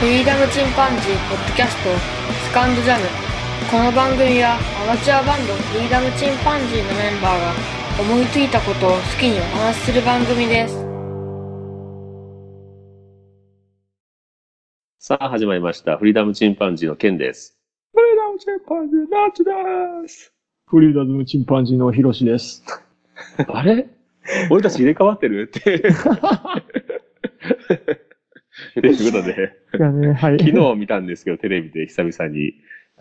フリーダムチンパンジーポッドキャストスカンドジャムこの番組はアマチュアバンドフリーダムチンパンジーのメンバーが思いついたことを好きにお話しする番組ですさあ、始まりました。フリーダムチンパンジーのケンです。フリーダムチンパンジー、ナッチです。フリーダムチンパンジーのヒロシです。あれ俺たち入れ替わってるって。ということで、いやね、はい。昨日見たんですけど、テレビで久々に、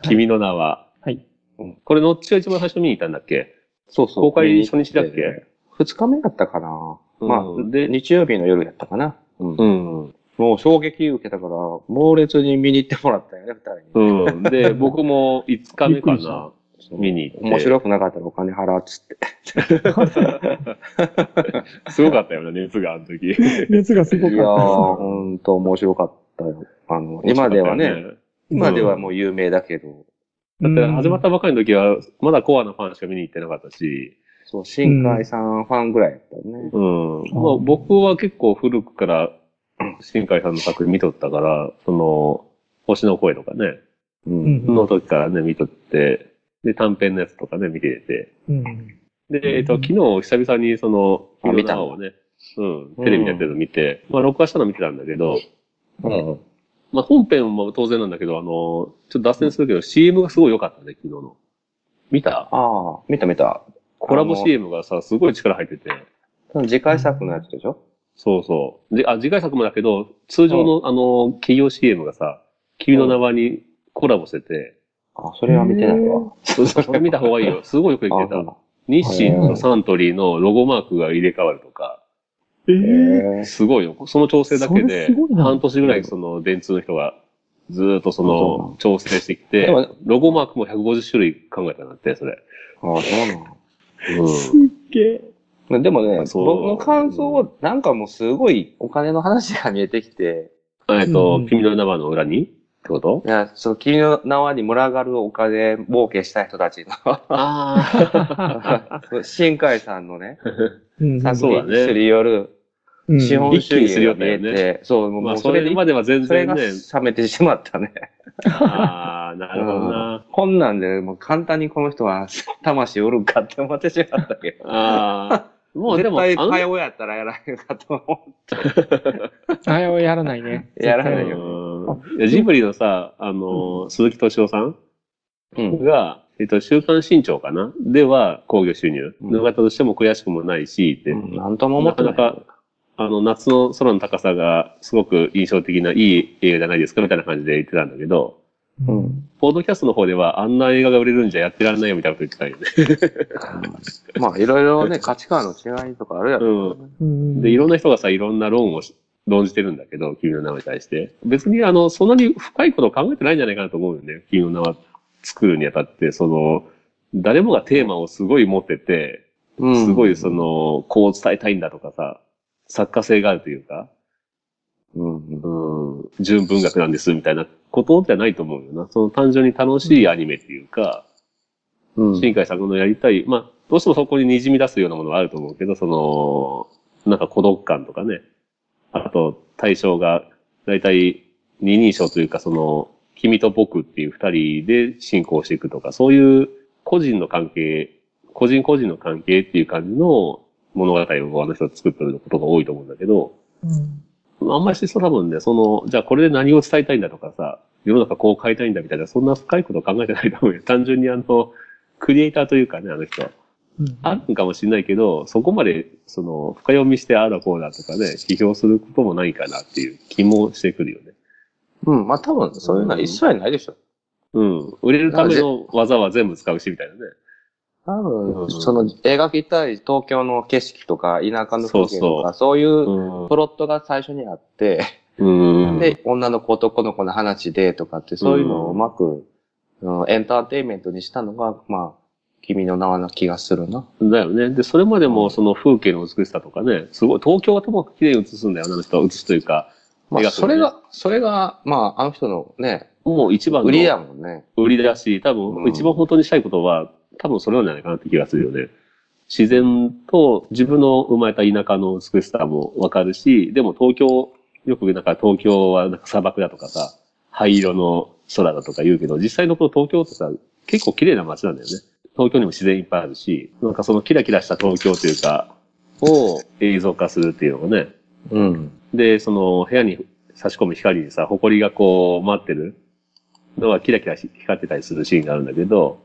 君の名は。はいうん。これ、のっちが一番最初見に行ったんだっけそうそう。公開初日だっけ二日目だったかな。うんまあ、で、日曜日の夜だったかな。うん。うん。もう衝撃受けたから、猛烈に見に行ってもらったよね、二人うに。ん。で、僕も5日目かびっくりしたな。見に行って。面白くなかったらお金払うっつって。すごかったよね、熱があの時。 熱がすい ごやかー、っほんと面白かったよ。あの、今ではね、今ではもう有名だけど、ただです。。って始まったたばかりの時は、まだコアなファンしか見に行ってなかったし、そう、新海さんファンぐらいだったよね。うん。まあ僕は結構古くから、新海さんの作品見とったから、その、星の声とかね、う。うんん。の時からね、見とって、で、短編のやつとかね、見てて。うん。で、えっと、昨日久々にその、あ見たのをね、うん、テレビでやってるの見て、まあ録画したの見てたんだけど、うん。まあ本編も当然なんだけど、あの、ちょっと脱線するけど、CM がすごい良かったね、昨日の。見たああ、見た見た。コラボ CM がさ、すごい力入ってて。その次回作のやつでしょそうそう。で、あ、次回作もだけど、通常の、あの、企業 CM がさ、君の名はにコラボしてて、あ、それは見てないわ。それ見た方がいいよ。すごいよくできてた。日清とサントリーのロゴマークが入れ替わるとか、えええ。えすごいよ。その調整だけそれですごい、な半年ぐらいその電通の人が、ずーっとそそうなのの調整してきでても、ロゴマークも150種類考えたんだって、それ。ああ、そうなの。すっげえ。まあでもね、僕そうの感想を、なんかもうすごいお金の話が見えてきて、えっとうん、君の名はの裏にってこといや、その君の名はに群がるお金儲けしたい人たちあ の、新海さんのね、うん。作そうだ品ねすり寄る、うん資本主義が見一気にすり寄えったて、そう、あ。もう まあ、もうそそれれで、までは全それ然がね。冷めてしまったね。ああ、なるほどな。こんなんで、もう簡単にこの人は魂売るんかって思ってしまったけど。ああ。もうでも、あ 絶対、早の、尾やったらやらへんかと思あれはやらない ね。やらないようんいやジブリのさ、あの、鈴木敏夫さんう。うん。が、えっと、週刊新潮かなでは、興行収入。うんの方としても悔しくもないし、って。なんとも思なってかなな。いか、あの、夏の空の高さが、すごく印象的ないい映画じゃないですか、みたいな感じで言ってたんだけど、う。うんん。ポードキャストの方では、あんな映画が売れるんじゃやってられないよ、みたいなこと言ってたんよね。 まあ、いろいろね、価値観の違いとかあるやろうん。うんで、いろんな人がさ、いろんな論をし論じてるんだけど、君の名はに対して。別に、あの、そんなに深いことを考えてないんじゃないかなと思うよね。君の名は作るにあたって、その、誰もがテーマをすごい持ってて、うんすごいそ、の、こう伝えたいんだとかさ、作家性があるというか、うん、うん、純文学なんですみたいなことじゃないと思うよな。その単純に楽しいアニメっていうか、うん。新海さんのやりたい、まあ、どうしてもそこに滲み出すようなものはあると思うけど、その、なんか孤独感とかね。あと、対象が、だいたい二人称というか、その、君と僕っていう二人で進行していくとか、そういう個人の関係、個人個人の関係っていう感じの物語をあの人は作ってることが多いと思うんだけど、うんあんまりしてそう多分ね、その、じゃあこれで何を伝えたいんだとかさ、世の中こう変えたいんだみたいな、そんな深いことを考えてないと思うよ。 単純にあの、クリエイターというかね、あの人。うんあるんかもしれないけど、そこまで、その、深読みしてああだこうだとかね、批評することもないかなっていう気もしてくるよね。うん、まあ多分、そういうのは一切ないでしょ。うん。売れるための技は全部使うし、みたいなね。多う分、んその、描きたい東京の景色とか、田舎の風景とか、そういうプロットが最初にあって、うん。で、女の子男の子の話でとかって、そういうのをうまく、うんエンターテインメントにしたのが、まあ、君の名はな気がするな。だよね。で、それまでもその風景の美しさとかね、すごい、東京はともかく綺麗に映すんだよ、あの人は映すというか、ま気があ、すそるねれが、それが、まあ、あの人のね、もう一番の売りだもんね。売りだし、多分、うん一番本当にしたいことは、多分それなんじゃないかなって気がするよね。自然と自分の生まれた田舎の美しさもわかるし、でも東京よくなんか東京はなんか砂漠だとかさ、灰色の空だとか言うけど、実際のこの東京ってさ、結構綺麗な街なんだよね。東京にも自然いっぱいあるし、なんかそのキラキラした東京というか、を映像化するっていうのがね。うん。で、その部屋に差し込む光にさ、埃がこう待ってるのがキラキラし光ってたりするシーンがあるんだけど、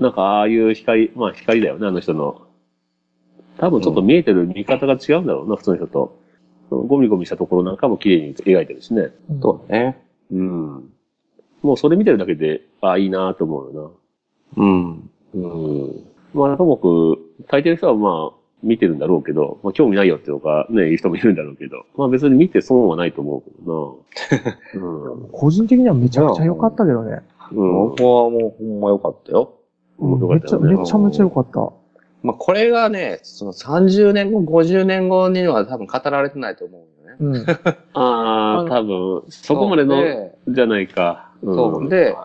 なんかああいう光、まあ光だよね、あの人の。多分ちょっと見えてる見方が違うんだろうな、普通の人と。そのゴミゴミしたところなんかも綺麗に描いてるしね。そうだね。うん。もうそれ見てるだけで、ああ、いいなと思うようん。な。うん。まあ、ともく、大抵の人はまあ、見てるんだろうけど、まあ、興味ないよっていうか、ね、いう人もいるんだろうけど、まあ別に見て損はないと思う けど個人的にはめちゃくちゃ良かったけどね。な。うん。うん。僕はもうほんま良かったよ。うん良かめっっちたゃ、よねめちゃめちゃ良かった。まあ、これがね、その30年後、50年後には多分語られてないと思うよね。うん。ああ、多分、そこまでそうの、じゃないか。んそう。で、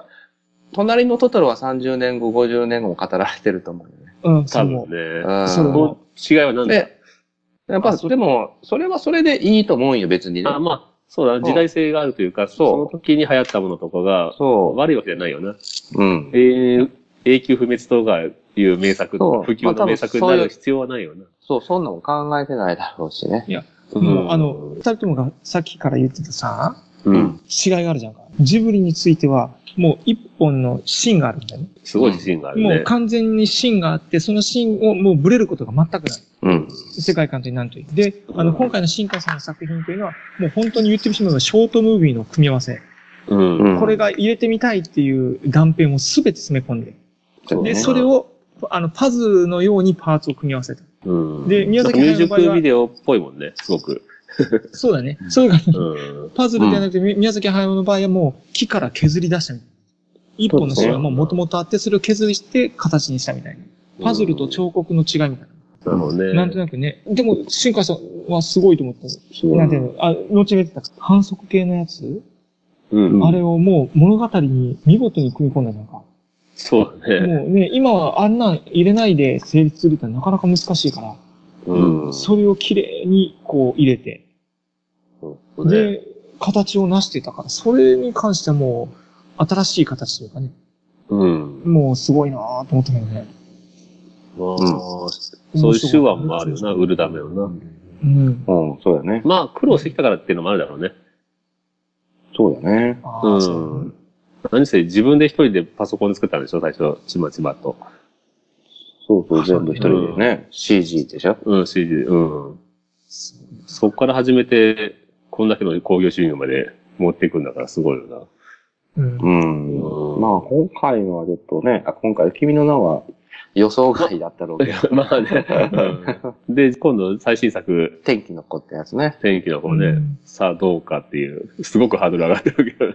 隣のトトロは30年後、50年後も語られてると思うよね。うん、多そう思分ね。うんそうその違いは何だで、やっぱ、でも、それはそれでいいと思うんよ、別にね。あまあ、そうだな、時代性があるというか、その時に流行ったものとかが、そ悪いわけじゃないよな。う。うん。永遠永久不滅とかいう名作そ、う普及の名作になる必要はないよな。そう、そんなもん考えてないだろうしね。う。もう、あの、二人ともがさっきから言ってたさ、うん。違いがあるじゃんか。ジブリについては、もう一本の芯があるんだよね。すごい自信があるもうね。完全に芯があって、その芯をもうブレることが全くない。うん。世界観というなんという。で、あうの、ん今回の新海さんの作品というのは、もう本当に言ってしまえばショートムービーの組み合わせ。うん。うんこれが入れてみたいっていう断片をすべて詰め込んで。そうねで、それを、あの、パズルのようにパーツを組み合わせた。うんで宮崎なんかミュ駿ージの場合はックビデオっぽいもんね、すごく。そうだね。それが、うん。パズルではなくて、み宮崎駿の場合はもう木から削り出したみたいな。一本の芯がもう元々あって、それを削りして形にしたみたいな。パズルと彫刻の違いみたいなるほどね。な。なんとなくね。でも、新海さんはすごいと思った。すごいなんていうの、あ、後に出てた反則系のやつ、うん。あれをもう物語に見事に組み込んだじゃんか。もそうだね。うね、今はあんなん入れないで成立するってなかなか難しいから、うん。それを綺麗にこう入れて、うね。で、形を成してたから、それに関してはもう、新しい形というかね、うん。もうすごいなぁと思ったけどね。まあ、そういう手腕もあるよな、売るためのな。うん。うん、そうだね。まあ、苦労してきたからっていうのもあるだろうね。そうだね。あーう。そうん何せ自分で一人でパソコンで作ったんでしょ、最初、ちまちまと。そうそう、全部一人でね。CG でしょうん、CG、うん。そこから始めて、こんだけの興行収入まで持っていくんだからすごいよな。うん。 うん。うんまあ、今回のはちょっとね、あ、今回、君の名は予想外だったろうけ ど、まあ ね、うんで、今度最新作、天気の子ってやつね。天気の方ね、うんさあどうかっていう、すごくハードル上がってるけど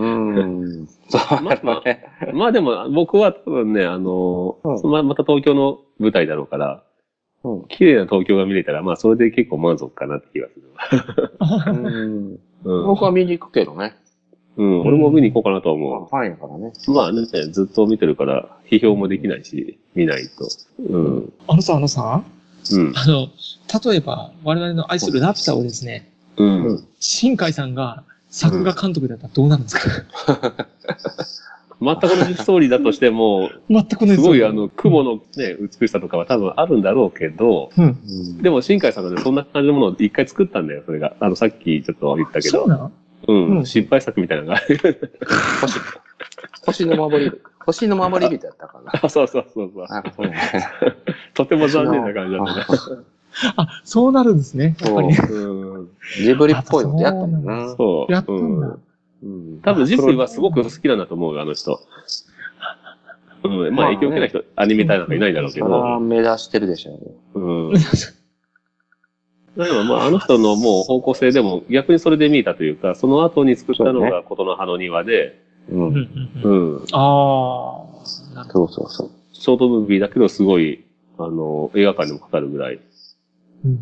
うん。そうまなあまのね。な。まあでも、僕は多分ね、あの、うんままた東京の舞台だろうから、うん綺麗な東京が見れたら、まあそれで結構満足かなって気がする。うんうん。僕は見に行くけどね。うん、俺も見に行こうかなとま思うあ。ファンやからね。まあね、ずっと見てるから、批評もできないし、見ないと。うん。あのさ、あのさ、うん。あの、例えば、我々の愛するラピュタをですね、うん。新海さんが作画監督だったらどうなるんですか、全く同じストーリーだとしても、 全くね、すごいあの、の、雲のね、美しさとかは多分あるんだろうけど、うん。でも新海さんがね、そんな感じのものを一回作ったんだよ、それが。あの、さっきちょっと言ったけそど。うなんうん、うん失敗作みたいなのがある。 星、星の守り、星の守り人やったかな。あそうそうそうそう。なんかそうね。とても残念な感じだったね。あ、そうなるんですね。やっぱり。そううん。ジブリっぽいのってやったもんな。そう。やったんだ。ううん多分ジブリはすごく好きなんだと思うよ、あの人。うん。まあ、まあね影響を受けない人、アニメーターなんかいないだろうけそれはど。目指してるでしょうね。うん。だからまあ、あの人のもう方向性でも逆にそれで見えたというか、その後に作ったのそが琴の葉の庭で、う。うんうんんううんん。ああ、なるそほうそうそう。ショートムービーだけどすごい、あの、映画館でもかかるぐらい、どうん。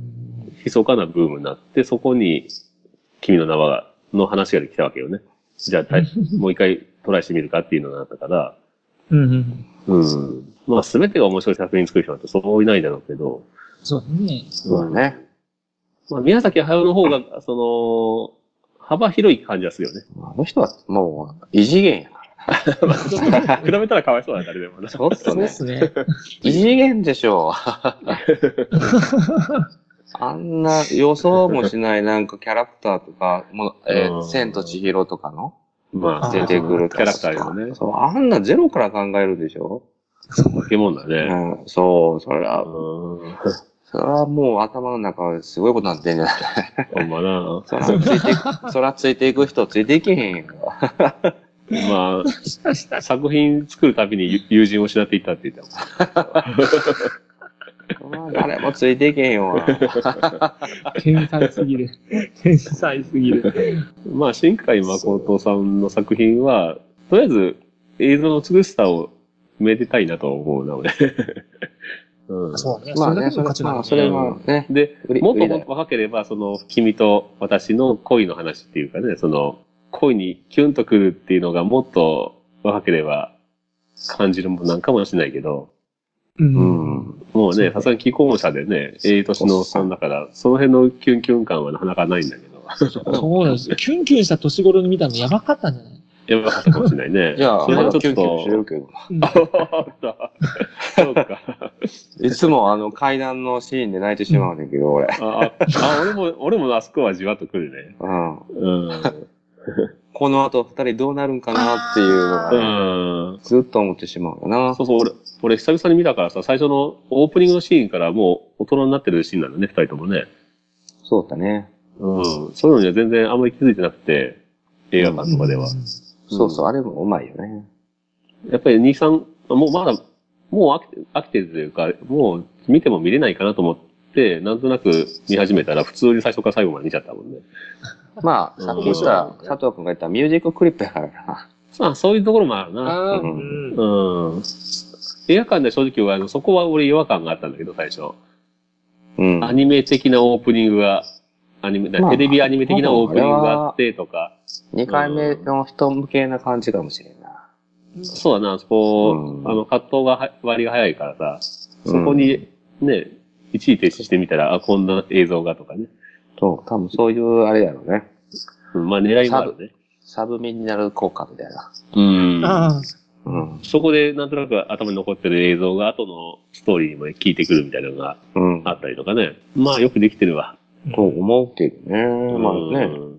密かなブームになって、そこに、君の名は、の話ができたわけよね。じゃあ、たいもう一回トライしてみるかっていうのになったから、うんううん。ん。まあ、すべてが面白い作品作る人なんてそういないだろうけど、そうだね。そうだね。まあ、宮崎駿の方が、その、幅広い感じはするよね。 あの人はもう、異次元やな。比べたらかわいそうだね、誰でもな。ちょっとそうでね。すね。異次元でし ょう。あんな予想もしないなんかキャラクターとか、もうえーうん千と千尋とかのまあ、出てくるキャラクターよね。そう、あんなゼロから考えるでしょ、ポケモンだね。うん、そう、それうは、ん。それはもう頭の中すごいことなってんじゃないほんまな。 そらついていく、そらついていく人ついていけへんやんか。まあ、作品作るたびに友人を失っていったって言ってそら誰もついていけへんわ。天才すぎる。天才すぎる。たもん。まあ、新海誠さんの作品は、とりあえず映像の美しさをめでたいなとは思うな、俺。 うん、 そうね。まあね、それそれだけの価値があまあ、るそれはね、で、売りもっ売とりだよ若ければ、その、君と私の恋の話っていうかね、その、恋にキュンとくるっていうのがもっと若ければ感じるもんなんかもしれないけど、う。うんん。もうそうね、さすがに既婚者でね、ええ年のおっさんだから、その辺のキュンキュン感はなかなかないんだけど、そうなんです。キュンキュンした年頃に見たのやばかったんじゃないやばかったかもしれないね。 じゃあ、それまだはキちュょンっキュンしてると、けど。うん そうか。いつもあの階段のシーンで泣いてしまうねんだけど、俺。あ、あ俺も、俺もあそこはじわっとくるね。うん。うん。この後二人どうなるんかなっていうのがね、うん。ずっと思ってしまうよな。そうそう、俺、俺久々に見たからさ、最初のオープニングのシーンからもう大人になってるシーンなんだね、二人ともね。そうだね。うん。そういうのには全然あんまり気づいてなくて、映画館とかでは。そうそう、あれもうまいよね。やっぱり2、3、もうまだ、もう飽きて飽きてるというか、もう見ても見れないかなと思って、なんとなく見始めたら普通に最初から最後まで見ちゃったもんね。まあ、うんさっき言った、佐藤くんが言ったミュージッククリップやからな。まあ、そういうところもあるな。ああ、ううんん。うん。映画館で正直あの、そこは俺違和感があったんだけど、最初。うん。アニメ的なオープニングが、アニメ、まあテレビアニメ的なオープニングがあってとか、二回目の人向けな感じかもしれんな。そうだな、そこ、うんあの、葛藤がは割が早いからさ、そこにね、一時停止してみたら、あ、こんな映像がとかね。そう、多分そういうあれやろうね。うんまあ狙いもあるね。サブミになる効果みたいな。うん。ああ、うん。そこでなんとなく頭に残ってる映像が後のストーリーにも効いてくるみたいなのがうんあ。ったりとかね。まあよくできてるわ。と思うけどね。まあね。うん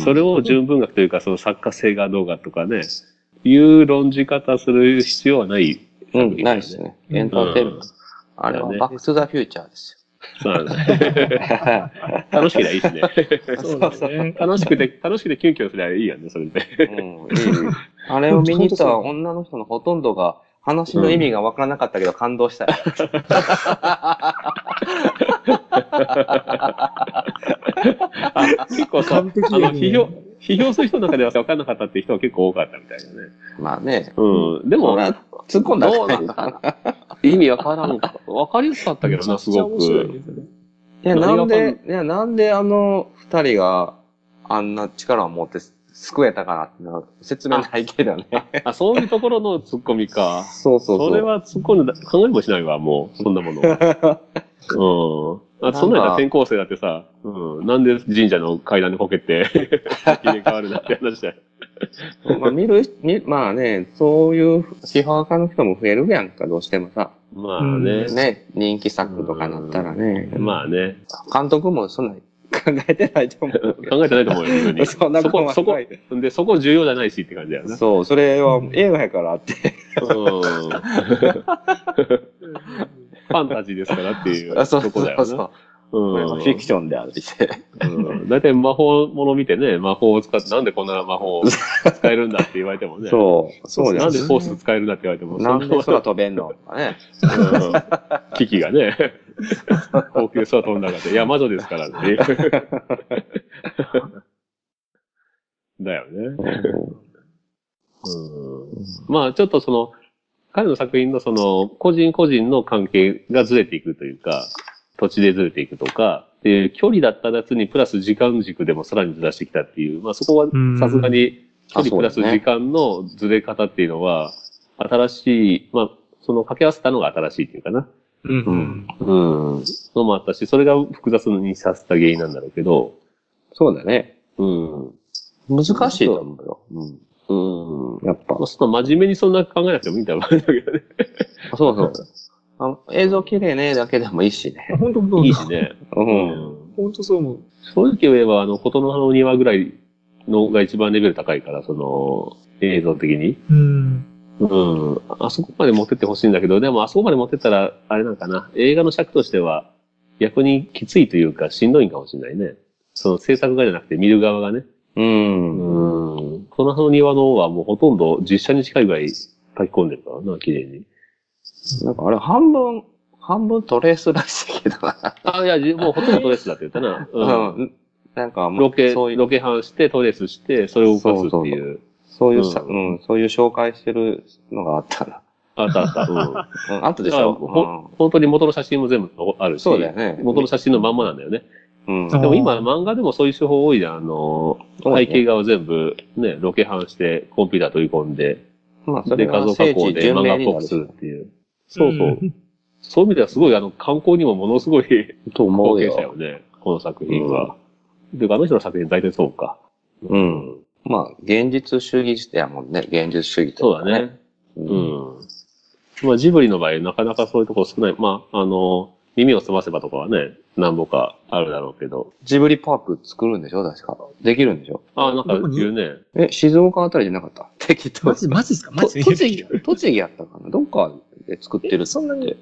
それを純文学というか、その作家性がどうかとかね、いう論じ方する必要はない。うん、ないですね。エンターテイメント。あれはバックトゥザフューチャーです そうなんだねよ。楽しければいいしね。そうだね。楽しくて、楽しくてキュンキュンすればいいよね、それで。うん、いい よいいよあれを見に行った女の人のほとんどが、話の意味がわからなかったけど感動したよ。あ結構さ、あ完の、璧やね批評、批評する人の中ではさ分かんなかったっていう人は結構多かったみたいなね。まあね。うん。でも、そら突っ込んだらどうなんかな 意味わからん。わかりやすかったけどな、すごめちゃめちゃ面白いく。ねそれいや、なん何がわで、いや、なんであの二人があんな力を持って救えたかなってのは説明ないけどね。あ、そういうところのツッコミか。そうそうそう。それは突っ込んでた、考えもしないわ、もう、そんなも の。うん。あ、そんなんやったら転校生だってさ、うん。なんで神社の階段でこけ て、入れ替わるなって話だよ。まあ見る、見まあね、そういう批判家の人も増えるやんか、どうしてもさ。まあね。ね、人気作とかなったらね。まあね。監督もそんなに考えてないと思うけど。考えてないと思うよ、自分に。 そんなことはこ、そこない、で、そこ重要じゃないしって感じだよな。 そう、それは映画やからって。うん。ファンタジーですからっていうあそうとこだそよな。うそうこれはうんフィクションである して。うん。だいたい魔法もの見てね、魔法を使って、なんでこんな魔法を使えるんだって言われてもね。 そう、そうなんでです。フォース使えるなって言われても、なんでそん空飛べんのとかね。な、うん、危機がね、 高級空飛んだからって、いや、魔女ですからね。 だよね。うん、まあ、ちょっとその、彼の作品のその、個人個人の関係がずれていくというか、土地でずれていくとか、で、距離だったやつにプラス時間軸でもさらにずらしてきたっていう、まあそこはんさすがに距あ離プそうでラすスね時間のずれ方っていうのは、新しい、まあ、その掛け合わせたのが新しいっていうかな。うんうんうん。のもあったし、それが複雑にさせた原因なんだろうけど、そうだね。うん。難しいと思うよ。うん。うん。やっぱまあ、。そんな真面目にそんな考えなくてもいいんだろうねだけどね。そうそうあ。映像綺麗ねだけでもいいしね。本当そういいしね。う。うんん。本当そう思う。正直言えば、あの、ことの葉の庭ぐらいのが一番レベル高いから、その、映像的に。うん。うん。あそこまで持ってってほしいんだけど、でもあそこまで持ってったら、あれなんかな。映画の尺としては、逆にきついというか、しんどいんかもしれないね。その制作側じゃなくて見る側がね。うん。うん。この葉の庭の方はもうほとんど実写に近いぐらい書き込んでるからな、綺麗に。なんかあれ半分、半分トレースらしいけどな。あ、いや、じもうほとんどトレースだって言った な。うん。うん。なんか、ロケ、そういう、ロケハンして、トレースして、それを動かすっていう。そういうさ、ううん、そういう紹介してるのがあったな。あったあった。うん。うん、あったでしだからょ。ほ本当に元の写真も全部あるうんし。そうだよね。元の写真のまんまなんだよね。うん。あでも今、漫画でもそういう手法多いじゃん。あの、そうね背景画を全部、ね、ロケハンして、コンピューター取り込んで、まあ、それで、画が像加聖工地で巡漫画礼っにぽなくるすしるっていう。そうそう。ん。そういう意味ではすごい、あの、観光にもものすごいと思貢献うしたよよ。ね。この作品は。で、あの人の作品大体そうか。うん。まあ、現実主義やもんね。現実主義とそうかだね。。う。うんん。まあ、ジブリの場合、なかなかそういうところ少ない。まあ、あの、耳を澄ませばとかはね、何ぼかあるだろうけど。ジブリパーク作るんでしょ確か。できるんでしょああ、なんかどこに言うね。え、静岡あたりじゃなか った適当マに。ジ、マジですかマとジで。栃木、栃木やったかなどっかで作ってる。そんなに。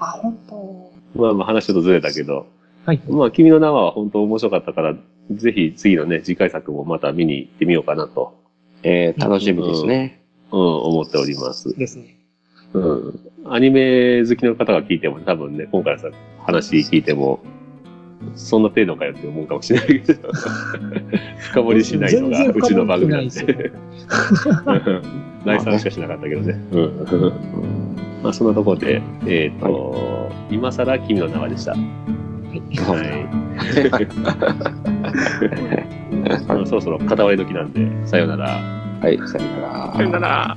あ、本当。まあまあ話ちょっとずれたけど。はい。まあ、君の名は本当面白かったから、ぜひ次のね、次回作もまた見に行ってみようかなと、えー、楽しみですね。うん、思っております。ですね。うん。アニメ好きの方が聞いても多分ね、今回のさ話聞いても、そんな程度かよって思うかもしれないけど、 深掘りしないのがうちの番組 なんで。全然変わってないうんですよ内産しかしなかったけどね。うん。まあ、そんなところで、えっ、と、今更君の名はでした。はい。 まあそろそろ片割れ時なんで、さようなら。はい、さよなら。さようなら。